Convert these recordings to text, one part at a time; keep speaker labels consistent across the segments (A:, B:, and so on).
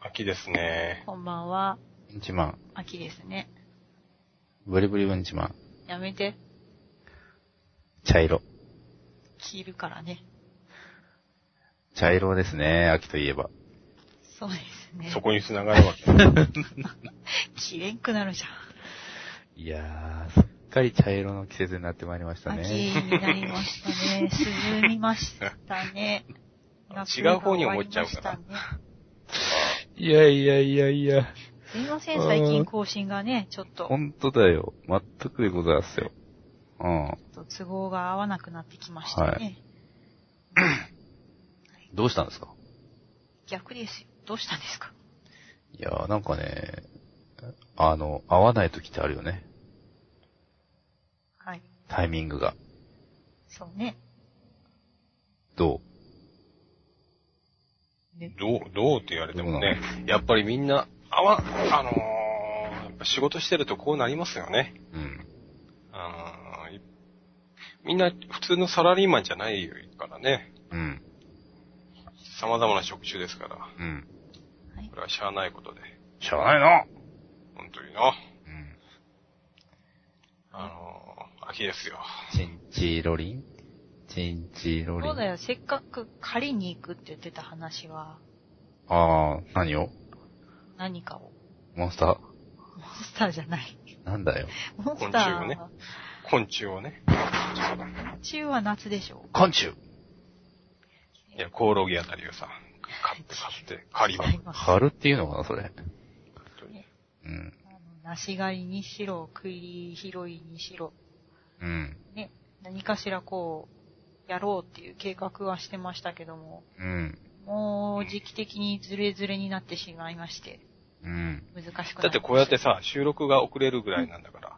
A: 秋ですね。
B: こんばんは。
C: ンチマン。
B: 秋ですね。
C: ブリブリウンチマン。
B: やめて。
C: 茶色。
B: 着るからね。
C: 茶色ですね、秋といえば。
B: そうですね。
A: そこに繋がるわけ。
B: 着れんくなるじゃん。
C: いやー、すっかり茶色の季節になってまいりました
B: 秋
C: ね。
B: になりまし たね。涼みましたね。
A: 違う方に思っちゃうから
B: 夏が終わりましたね
C: いやいやいやいや。
B: すいません、最近更新がね、ちょっと
C: ほ、んとだよ。全くでございますよ。うん。
B: 都合が合わなくなってきましたね。
C: はどうしたんですか
B: 逆ですよ。どうしたんですか
C: いやー、なんかね、あの、合わない時ってあるよね。
B: はい。
C: タイミングが。
B: そうね。
C: ど
B: ね
A: どう、どうって言われてもね
C: どう、
A: やっぱりみんな、あわ、あのー、やっぱ仕事してるとこうなりますよね。
C: ううん。
A: あーいみんな普通のサラリーマンじゃないからね。
C: うん。
A: 様々な職種ですから。
C: うん。
B: はい
A: こ。れはしゃあないことで。
C: しゃあないな
A: 本当にな。
C: うん。
A: あのー、秋ですよ。
C: チンチロリンチンチロリン。
B: そうだよ、せっかく借りに行くって言ってた話は、
C: あー、何を
B: 何かを。
C: モンスター
B: モンスターじゃない。
C: なんだよ。
B: モンスター
A: 昆虫を
B: は、
A: ね昆虫をね。
B: 昆虫は夏でしょ。
C: 昆虫
A: いや、コオロギあたりをさ、買って買って、狩りは。
B: 違います
C: 春っていうのかな、それ。うん。
B: あの梨狩りにしろ、栗拾いにしろ、
C: うん。
B: ね、何かしらこう、やろうっていう計画はしてましたけども、
C: うん。
B: もう時期的にズレズレになってしまいまして、
C: うん。
B: 難しくなりました
A: だってこうやって、さ、収録が遅れるぐらいなんだから、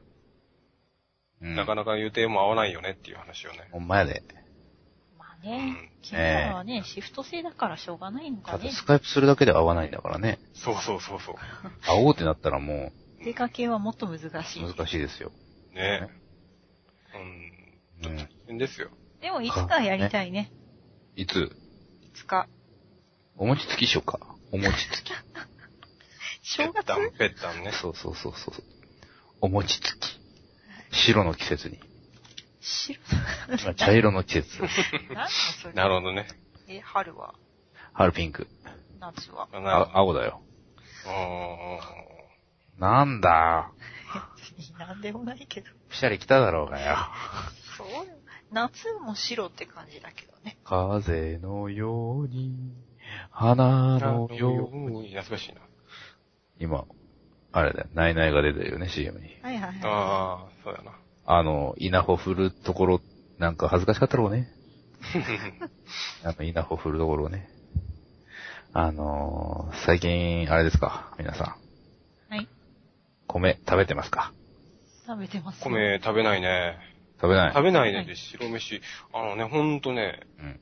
C: うん。
A: なか
C: な
A: なか予定も合わないよねっていう話をね。
C: ほんまやで。
B: まあ
A: うん
B: ね、君らはね、シフト制だからしょうがないの
C: た
B: か
C: だ
B: ね。
C: スカイプするだけで合わないんだからね。
A: そうそうそうそう。
C: 会おうってなったらも
B: 出かけはもっと難しい。
C: う難しいですよ。
A: ね
C: ね
A: うん。ちょっと大変ですよ。
B: でもいつかやりたいね。
C: いつ
B: いつか。
C: お餅つきしようか。お餅つき。
B: 正
A: ぺっ
B: 月
A: たん、ぺったんね。
C: そうそうそうそう。お餅つき。白の季節に。
B: 白。
C: 今茶色の季節。
B: 何のそれ。
A: なるほどね。
B: え、春は
C: 春ピンク。
B: 夏は
A: あ
C: あ、
A: な
C: 青だよ。
A: あ
C: なんだ。
B: 別になんでもないけど。
C: ピシャリ来ただろうがよ。
B: そう夏も白って感じだけどね。
C: 風のように、花
A: ー
C: のように。
A: に懐かしいな。
C: 今、あれだよ。ナイナイが出てるよね、CM に。
B: はいはいは
A: ああ、そうやな。
C: あの、稲穂振るところ、なんか恥ずかしかったろ うね。あの、稲穂振るところね。あのー最近、あれですか、皆さん。
B: い。はい。
C: 米食べてますか
B: 食べてます。。
A: 米食べないね。
C: 食べない。
A: 食べないねで白飯。あのね、ほんとね、
C: うん。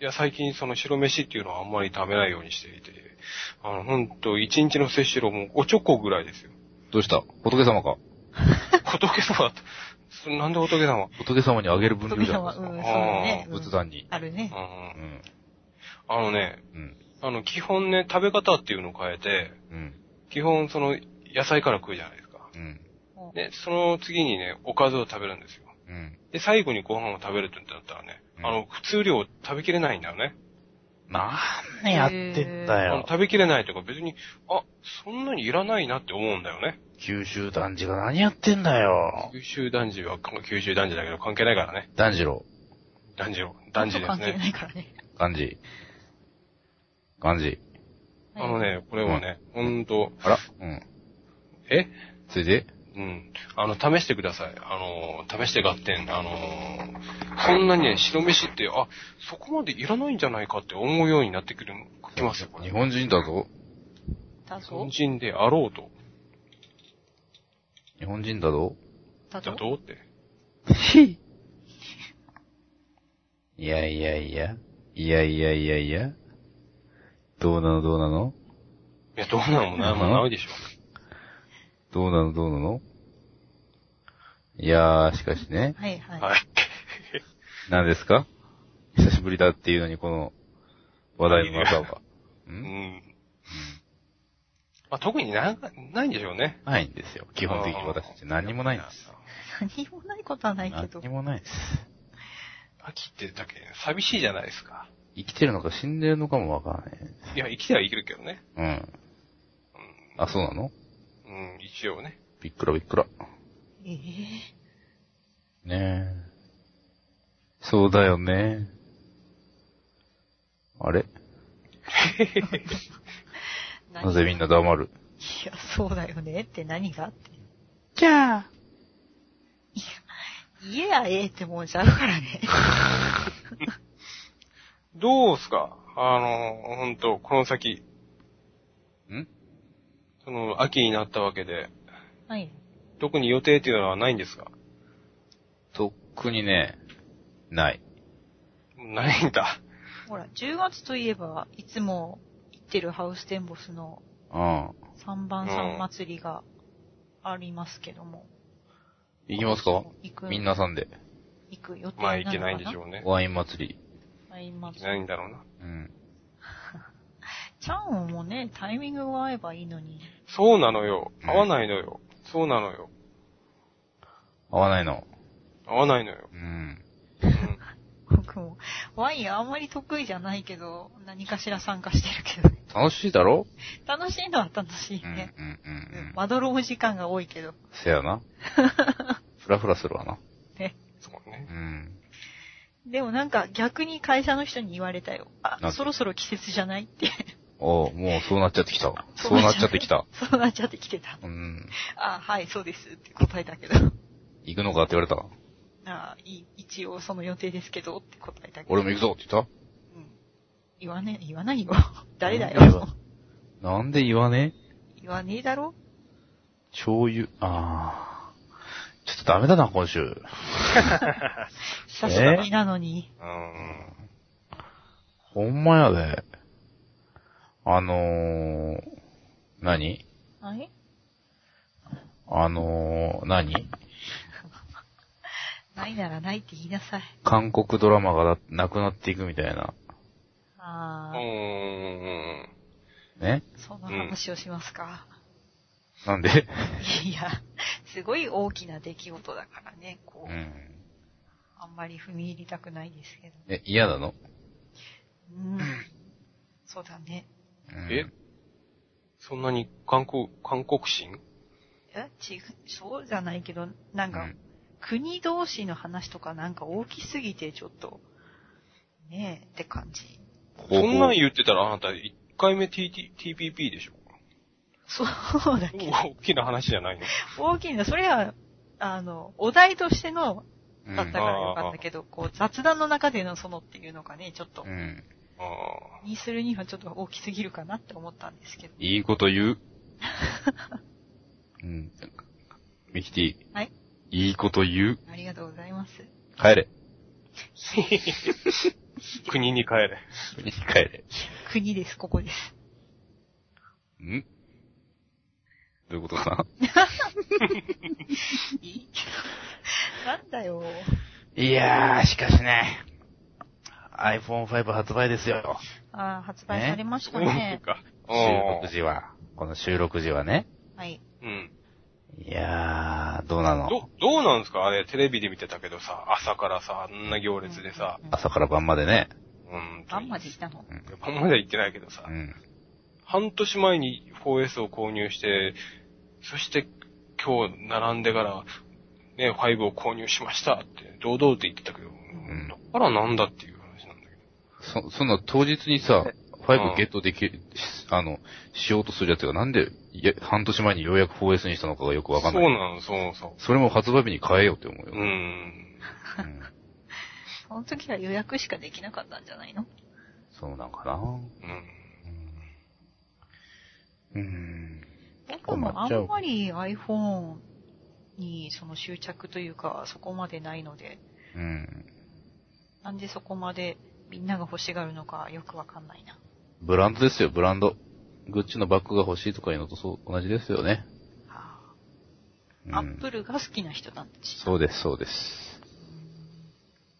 A: いや、最近その白飯っていうのはあんまり食べないようにしていて、あの、ほんと、一日の摂取量もおちょこぐらい ですよ。
C: どうした仏様か。
A: 仏様って、そなんで仏様
C: 仏様にあげる分量
B: 富
C: じゃ
B: 山、
C: な
B: うん、
C: い
B: そう
C: です
B: だ
C: か。
B: ね。う
C: 仏
B: ん、
C: 壇に。
B: ある
A: う
B: ね。
C: うんん。
A: あのね、
C: うん。
A: あの、基本ね、食べ方っていうのを変えて、
C: うん。
A: 基本その、野菜から食うじゃないですか。
C: うん。
A: で、その次にね、おかずを食べるんですよ。
C: うん。
A: で、最後にご飯を食べるってなったらね、
C: うん
A: あの、普通量食べきれないんだよね。
C: なんやってんだ
A: あの
C: よ。
A: 食べきれないとか別に、あ、そんなにいらないなって思うんだよね。
C: 九州男児が何やってんだよ。
A: 九州男児は、九州男児だけど関係ないからね。
C: 男児郎。
A: 男児を。男児で
B: 関
A: す
B: 係な
A: ね。
B: いからね。
C: 漢字。漢字。
A: あのね、これはね、ほんと、
C: あらうん。
A: え
C: ついで
A: うん。あの、試してください。あのー、試して合点。あのー、そんなにね、白飯って、あ、そこまでいらないんじゃないかって思うようになってくる、きますよ、これ。
C: 日本人だぞ。
B: だ
A: 日
B: ぞ
A: 本。人であろうと。
C: 日本人 だぞ。
B: だ
A: じゃあ
B: ぞ。
A: どうって。
C: いやいやいや。いやいやいやいや。どうなのどうなの
A: いや、どうなのもな、もうないでしょ。
C: どうなのどうなのいやー、しかしね。
B: はいはい。
A: はい。
C: 何ですか久しぶりだっていうのにこの話題の中は。
A: うんん。まあ、特にな、ないんでしょうね。
C: ないんですよ。基本的に私って何にもないんです。
B: 何もないことはないけど
C: 何に。もないです。
A: 秋ってだけ寂しいじゃないですか。
C: 生きてるのか死んでるのかもわからない。
A: いや、生きては生きるけどね。
C: うん。あ、そうなの
A: うん、うん、一応ね。
C: びっくらびっくら。
B: ええ
C: ねえ。そうだよね。あれ
B: 何
C: なぜみんな黙る
B: いや、そうだよねって何がって。
C: じゃあ。
B: 家やええってもんちゃうから ね。
A: どうすかあの、ほんと、この先、
C: ん
A: その、秋になったわけで、
B: はい。
A: 特に予定っていうのはないんですか
C: とっくにね、ない。
A: ないんだ。
B: ほら、10月といえば、いつも行ってるハウステンボスの
C: うん。
B: 三番さん祭りがありますけども。
C: 行きますか
B: 行く
C: みんなさんで。
B: 行く予定
A: まあ、いけないんでし
B: ょ
A: ょうね。
C: ワイン祭り。
B: う。いま
A: い
B: す
A: け。ないんだろうな。
C: うん。
B: チャンオもね、タイミングが合えばいいのに。
A: そうなのよ。
C: うん
A: 合わないのよ。そうなのよ。
C: 合わないの。
A: 合わないの よ。
C: う
A: う
C: ん。
A: ん
B: 僕も、ワインあんまり得意じゃないけど、何かしら参加してるけどね。
C: 楽しいだろ
B: 楽しいのは楽しい
C: うん、うん、
B: ね。
C: うんうん。
B: まどろう時間が多いけど。
C: せやな。ふらふらするわな。
B: ね。
A: そう
C: う
A: ね。
C: ん。
B: でもなんか逆に会社の人に言われたよ。
C: なん
B: あ、
C: て
B: そろそろ季節じゃないって。
C: おうもうそうなっちゃってきた。 そうなっちゃってきた。
B: そうなっちゃってきてた。
C: うん。
B: あ、はい、そうですって答えたけど。
C: 行くのかって言われた。
B: あい一応その予定ですけどって答えたけど。
C: 俺も行くぞって言っ
B: うん。言わね、言わないよ。 誰だ
C: 言わ
B: よ。
C: たなんで言わねえ
B: 言わねえだろ
C: 醤油、あー。ちょっとダメだな、今週。
B: 久しぶりなのに。
A: うん。
C: ほんまやで。あのー、何
B: はい
C: あのー、何
B: ないならないって言いなさい。
C: 韓国ドラマがだなくなっていくみたいな。
B: あ
A: う
B: あ、
A: ん。
C: ね
B: その話をしますか。
C: なん で
B: いや、すごい大きな出来事だからね、こ
C: う
B: う、
C: ん。
B: あんまり踏み入りたくないですけど。
C: え、嫌なの、
B: うん。そうだね。
C: うん
A: えそんなに韓国、韓国心
B: え違う、そうじゃないけど、なん
C: う
B: か、
C: ん
B: 国同士の話とかなんか大きすぎてちょっと、ねえって感じ。
C: ほう
A: そ
C: ほうん
A: なん言ってたらあなた1回目 TT、TPP でしょ
B: そうだっけ
A: 大きな話じゃないの
B: 大きいんだ。それは、あの、お題としての
C: うん
B: だったからよかったけど、こう雑談の中でのそのっていうのがね、ちょっと
C: う、ん。
A: あ
B: にするにはちょっと大きすぎるかなって思ったんですけど。
C: いいこと言う。 うん。ミキティ。
B: はい。
C: いいこと言う。
B: ありがとうございます。
C: 帰れ。
A: あ。国に帰れ。
C: 帰れ。
B: 国です、ここです。
C: んどういうことさ
B: いいなんだよ。
C: いやー、しかしね、iPhone5 発売ですよ。
B: ああ、発売されまし
A: そ
B: た
A: ういう
B: ね。
A: か。
C: 収
A: あ
C: 録時は。この収録時はね。
B: はい。
A: ーうん。
C: いやー、どうなの
A: ど、どうなんですかあれ、テレビで見てたけどさ、朝からさ、あんな行列でさ
B: う、ん。
C: 朝から晩までね。
A: うん。
B: あんまで来たの
A: 晩までは行ってないけどさ
C: う、ん。
A: 半年前に 4S を購入して、そして今日並んでから、ね、5を購入しましたって、堂々って言ってたけど、
C: ん
A: だからなんだっていう話なんだけど。
C: そ、そんな当日にさ、
A: うん
C: 5ゲットでき、しあの、しようとするやつがなんで、いや半年前にようやく 4S にしたのかがよくわかん
A: そ
C: な
A: う
C: い。
A: なの、そうそ
C: それも発売日に変えようって思う
A: う。
C: よ。
A: うん。
C: うん
B: その時は予約しかできなかったんじゃないの
C: そうなんかな
A: うん。
C: うん。うん。
B: 僕もあんまり iPhone にその執着というか、そこまでないので、
C: うん。
B: なんでそこまでみんなが欲しがるのかよくわかんないな。
C: ブランドですよ、ブランド。グッチのバッグが欲しいとかいうのとそう、同じですよね。
B: は
C: う
B: あアッ
C: ん。
B: プルが好きな人なんだし。
C: そうです、そうです。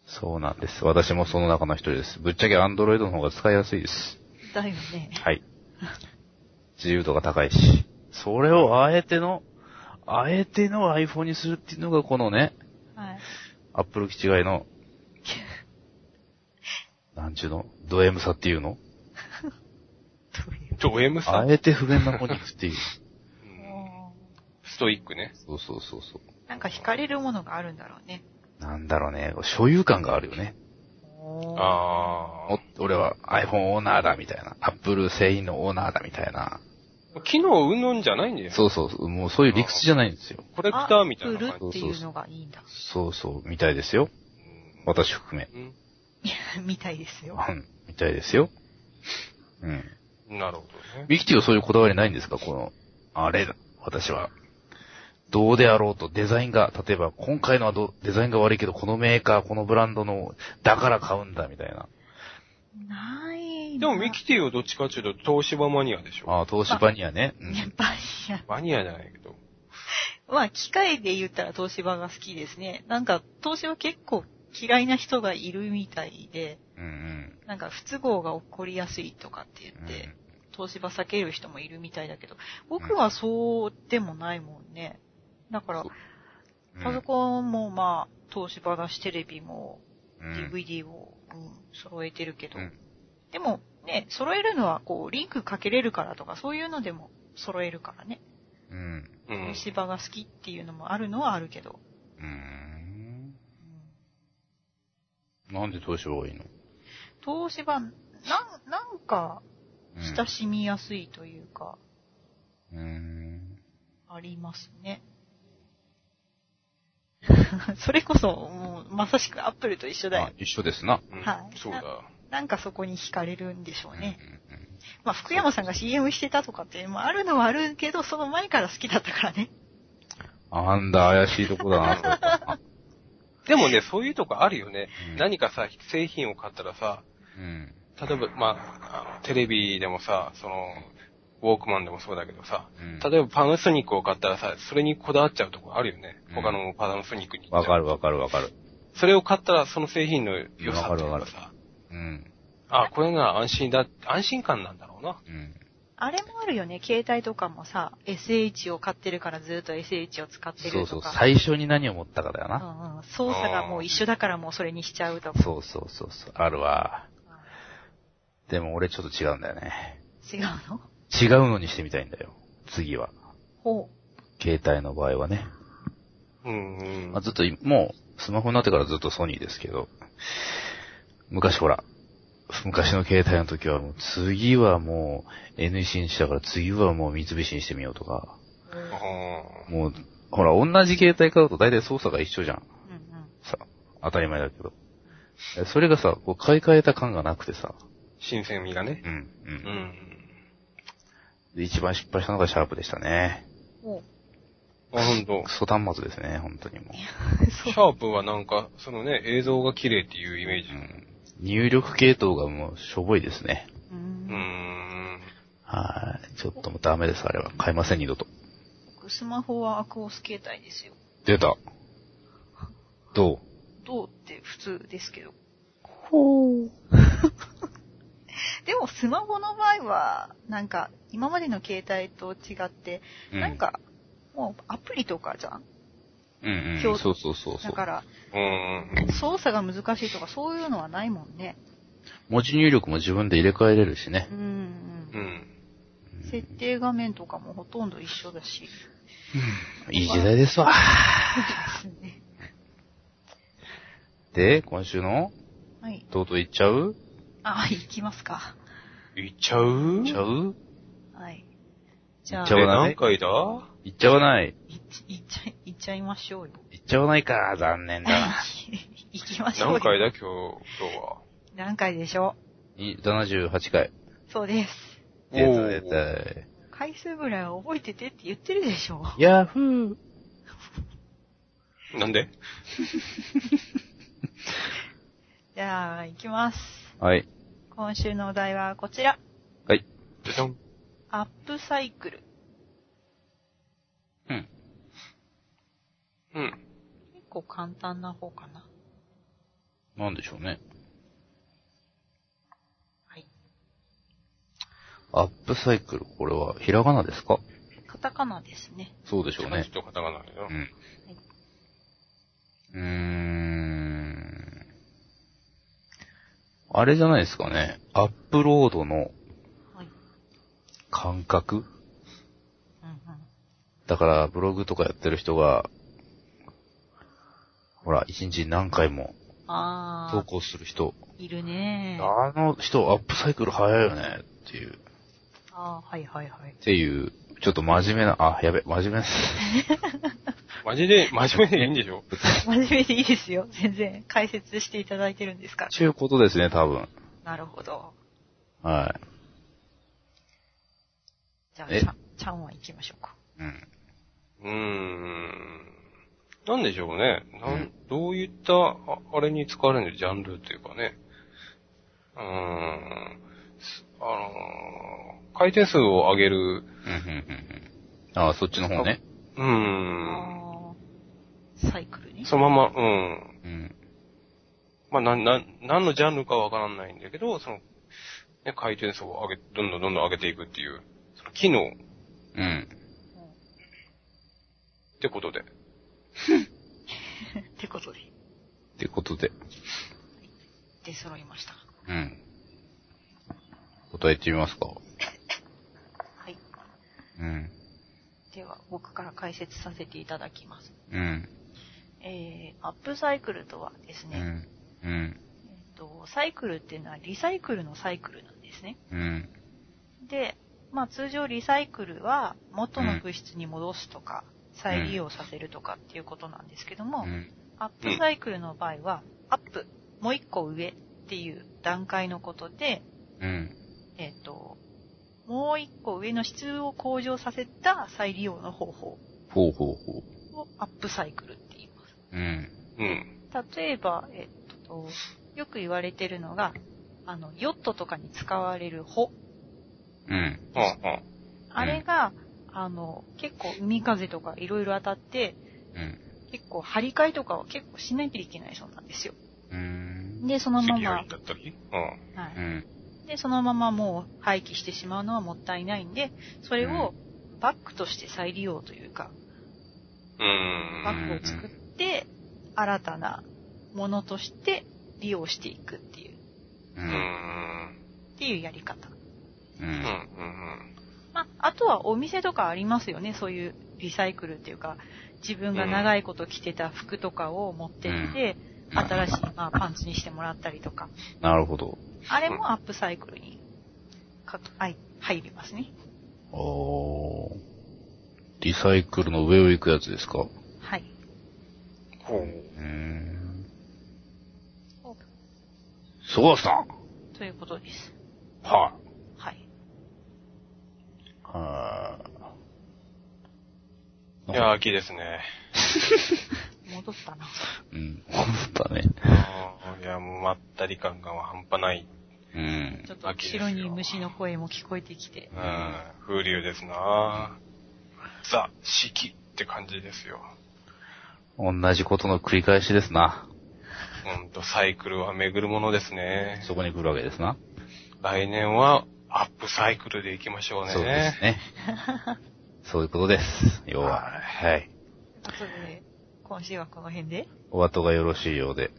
C: そうなんです。私もその中の一人です。ぶっちゃけアンドロイドの方が使いやすいです。
B: だよね。
C: はい。自由度が高いし。それをあえての、あえての iPhone にするっていうのがこのね、
B: はい。
C: Apple 機違いの、なんちゅうのド M さっていうの
B: という
A: ド M さ
C: あ
A: ん。
C: えて不便な方に行くっていう。
A: うんストイックね。
C: そうそうそうそ
B: なんか惹かれるものがあるんだろうね。
C: う。なんだろうね、所有感があるよね。
B: おー
A: あ
C: お俺は iPhone オーナーだみたいな。Apple 製品のオーナーだみたいな。
A: あ。機能云々じゃないんだよ。
C: そうそうそう、もうそういう理屈じゃないんですよ。
A: コレクターみたいな
B: あ
A: 感
B: 売るっていうのがいいんだ。
C: そうそう、みたいですよ。
A: じ。
C: 私含め。
A: うん
B: みたいですよ。
C: うん、みたいですよ。うん。
A: なるほどね。
C: ミキティはそういうこだわりないんですかこの、あれだ、私は。どうであろうとデザインが、例えば今回のはどデザインが悪いけど、このメーカー、このブランドの、だから買うんだ、みたいな。
B: ない
A: でもミキティはどっちかっていうと東芝マニアでしょ。
C: ああ、東芝にはね。う
B: やっ
C: ん。
B: ぱりいや。
A: マニアじゃないけど。
B: まあ、機械で言ったら東芝が好きですね。なんか、東芝結構嫌いな人がいるみたいで、
C: うんうん。
B: なんか不都合が起こりやすいとかって言
C: うん
B: って、東芝避ける人もいるみたいだけど、僕はそうでもないもんね。だから
C: そ、うん
B: パソコンもまあ、東芝だし、テレビも、
C: うん。
B: DVD を、うん、揃えてるけど、
C: うん
B: でもね、揃えるのはこう、リンクかけれるからとか、そういうのでも揃えるからね。
C: うん。
A: うん。
B: 東芝が好きっていうのもあるのはあるけど。
C: うん。
B: うん
C: なんで東芝がいいの
B: 東芝、なん、なんか、親しみやすいというか、
C: うん。うん。
B: ありますね。 それこそ、もう、まさしくアップルと一緒だよ
C: あ。、一緒ですな。
A: うん
B: はい
A: そうだ。
B: なんかそこに惹かれるんでしょうね。
C: うんうんうん。
B: まあ、福山さんが CM してたとかって、まあ、あるのはあるけど、その前から好きだったからね。
C: あんだ、怪しいとこだな、これあ
A: でもね、そういうとこあるよね。
C: う ん
A: 何かさ、製品を買ったらさ、
C: うん。
A: 例えば、まあ、あのテレビでもさ、その、ウォークマンでもそうだけどさ、
C: うん
A: 例えばパナソニックを買ったらさ、それにこだわっちゃうとこあるよね
C: う。ん
A: 他のパナソニックに。
C: わかるわかるわかる。
A: それを買ったら、その製品の良さっていう
C: わ
A: か
C: かる
A: さ、
C: うん。
A: あ、これが安心だ、安心感なんだろうな。
C: うん。
B: あれもあるよね。携帯とかもさ、SH を買ってるからずっと SH を使ってるとか。
C: そうそう。最初に何を持ったかだよ
B: う
C: な。
B: んうん。操作がもう一緒だからもうそれにしちゃうとか。
C: そうそうそうそう。あるわ。でも俺ちょっと違うんだよね。
B: 違うの
C: 違うのにしてみたいんだよ。次は。
B: ほ
C: 携帯の場合はね。
A: うん、うん
C: まあ、ずっとい、もう、スマホになってからずっとソニーですけど、昔ほら、昔の携帯の時はもう、次はもう NEC にしたから次はもう三菱にしてみようとか、
B: う。うん
A: う
C: もう、ほら、同じ携帯買うと大体操作が一緒じゃん。
B: うんうん。
C: さ、当たり前だけど。えそれがさ、こう買い替えた感がなくてさ、
A: ん新鮮味がね。
C: うん、う。
A: うんん。
C: で一番失敗したのがシャープでしたね。
B: ほう。
A: あ、ほんと
C: ク。ソ端末ですね、本当にも
A: シャープはなんか、そのね、映像が綺麗っていうイメージ。
C: う。う、
A: うん
C: 入力系統がもう、しょぼいですね。
B: う
A: ー
B: ん。
A: ん。
C: はい。ちょっともうダメです、あれは。買いません、二度と。
B: 僕、スマホはアクオス携帯ですよ。
C: 出た。ど
B: どうって普通ですけど。
C: うほう。
B: でも、スマホの場合は、なんか、今までの携帯と違って、
C: う
B: なん、か、もうアプリとかじゃん
C: うんうん、そ
B: 今
C: う
B: 日
C: そうそうそう。
B: だから、
A: うん。
B: 操作が難しいとか、そういうのはないもんね。
C: 文字入力も自分で入れ替えれるしね
B: う。ん
A: う
B: うん。
A: ん。
B: 設定画面とかもほとんど一緒だし。
C: いい時代ですわ。
B: ですね
C: で、今週の、
B: はい。
C: とうとう行っちゃう
B: あ、 行きますか。
A: いっちゃう
C: 行っちゃう
B: はい。じゃあ
C: 行っちゃ、
A: え
C: う
A: 何回だ
C: 行っちゃわない。
B: いっちいっちゃい、行っちゃいましょうよ。
C: 行っちゃわないか、残念だ な。
B: 行きましょうよ。
A: 何回だ今日、今日は。
B: 何回でしょ
C: い78回。
B: う。そうです。
A: お
C: 出た出
A: ー
C: た。
B: 回数ぐらいは覚えててって言ってるでしょ。
C: ヤフー。
A: なんで
B: じゃあ、行きます。
C: はい。
B: 今週のお題はこちら。
A: じゃじゃん。
B: アップサイクル。
C: うん。
A: うん。
B: 結構簡単な方かな。
C: なんでしょうね。
B: はい。
C: アップサイクル、これはひらがなですか
B: カタカナですね。
C: そうでしょうね
A: ち。ょっとカタカナだよ。
C: うん。うーん。あれじゃないですかね。アップロードの
B: はい。
C: 感覚
B: うんうん。
C: だから、ブログとかやってる人が、ほら、一日に何回も投
B: あ
C: 稿する人。
B: ー、いるねー。
C: あの人、アップサイクル早いよね、っていう。
B: あー、はいはいはい
C: っ。ていう、ちょっと真面目な、あ、やべ、真面 目です。
A: マジで、真面目でいいんでしょ
B: 真面目でいいですよ。全然解説していただいてるんですから。
C: ちゅうことですね、多分。
B: なるほど。
C: は
B: じゃあ、
C: え
B: ちゃんちゃんは行きましょうか。
C: い。うん。
A: うーん。なんでしょうね。なん
C: うん
A: どういった、ああれに使われるのジャンルっていうかね。うーん。すあのー回転数を上げる、
C: うん、うん、うんうん。あ、そっちの方ね。
A: うーん。
B: あーサイクルね。
A: そのまま、うん。
C: うん。
A: まあ、なん、なん、何のジャンルかわからないんだけど、その、ね、回転数を上げ、どんどんどんどん上げていくっていう、その機能っ
C: うん。
A: てことで。
B: ってことで、
C: ってことで。
B: 出揃いました。
C: うん。答えてみますか。
B: はい。
C: うん。
B: では、僕から解説させていただきます。
C: うん。
B: えー、アップサイクルとはです
C: う
B: ね、
C: ん。う
B: え
C: ん。
B: っと、サイクルっていうのはリサイクルのサイクルなんですね。
C: うん。
B: で、まあ通常リサイクルは元の物質に戻すとか、再利用させるとかっていうことなんですけども、
C: うん。
B: アップサイクルの場合は、アップ、もう一個上っていう段階のことで、
C: うん。
B: えっ、と、もう一個上の質を向上させた再利用の方法
C: ほうほうほ
B: をアップサイクルって言います。
C: う。うん。
A: うん。
B: 例えば、えっと、よく言われてるのが、あの、ヨットとかに使われる帆。
C: うん。
A: ああ、あ
B: あれが、あの、結構海風とかいろいろ当たって、
C: うん。
B: 結構張り替えとかは結構しないといけないそうなんですよ。
C: うん。
B: で、そ
A: あ。
B: のま
A: 次
B: ま、
A: よ
B: は
A: りだったりうん。
B: い
C: うん。
B: で、そのままもう廃棄してしまうのはもったいないんで、それをバッグとして再利用というか、
A: うー
B: バ
A: ん。
B: ッグを作って、新たなものとして利用していくっていう、
C: う
A: うー
C: ん。
A: ん。
B: っていうやり方。
C: う。
A: うん。うんん。
B: まあ、あとはお店とかありますよね、そういうリサイクルっていうか、自分が長いこと着てた服とかを持ってって、
C: うんうん
B: 新しい、まあ、パンツにしてもらったりとか、
C: なるほど。
B: あれもアップサイクルにかあい入りますね。
C: おー。リサイクルの上を行くやつですか
B: はい。
A: ほう。
C: うーん
B: お。
C: そうさん
B: ということです。
C: は
B: はい。
C: い。は
A: うんいやー、秋ですね。
B: 戻ったな。
C: い。うん。本当だね。
A: あーいや、もうまったり感が半端ない。
C: うん
B: ち。ょっと後ろに虫の声も聞こえてきて
A: う、ん、風流ですなザ・四季って感じですよ。
C: 同じことの繰り返しですな。
A: ほんと、サイクルは巡るものですね。
C: そこに来るわけですな。
A: 来年はアップサイクルで行きましょうね。
C: そうですね。そういうことです。要は。
A: は
C: はい。
B: ということで、今週はこの辺で。
C: お後がよろしいようで。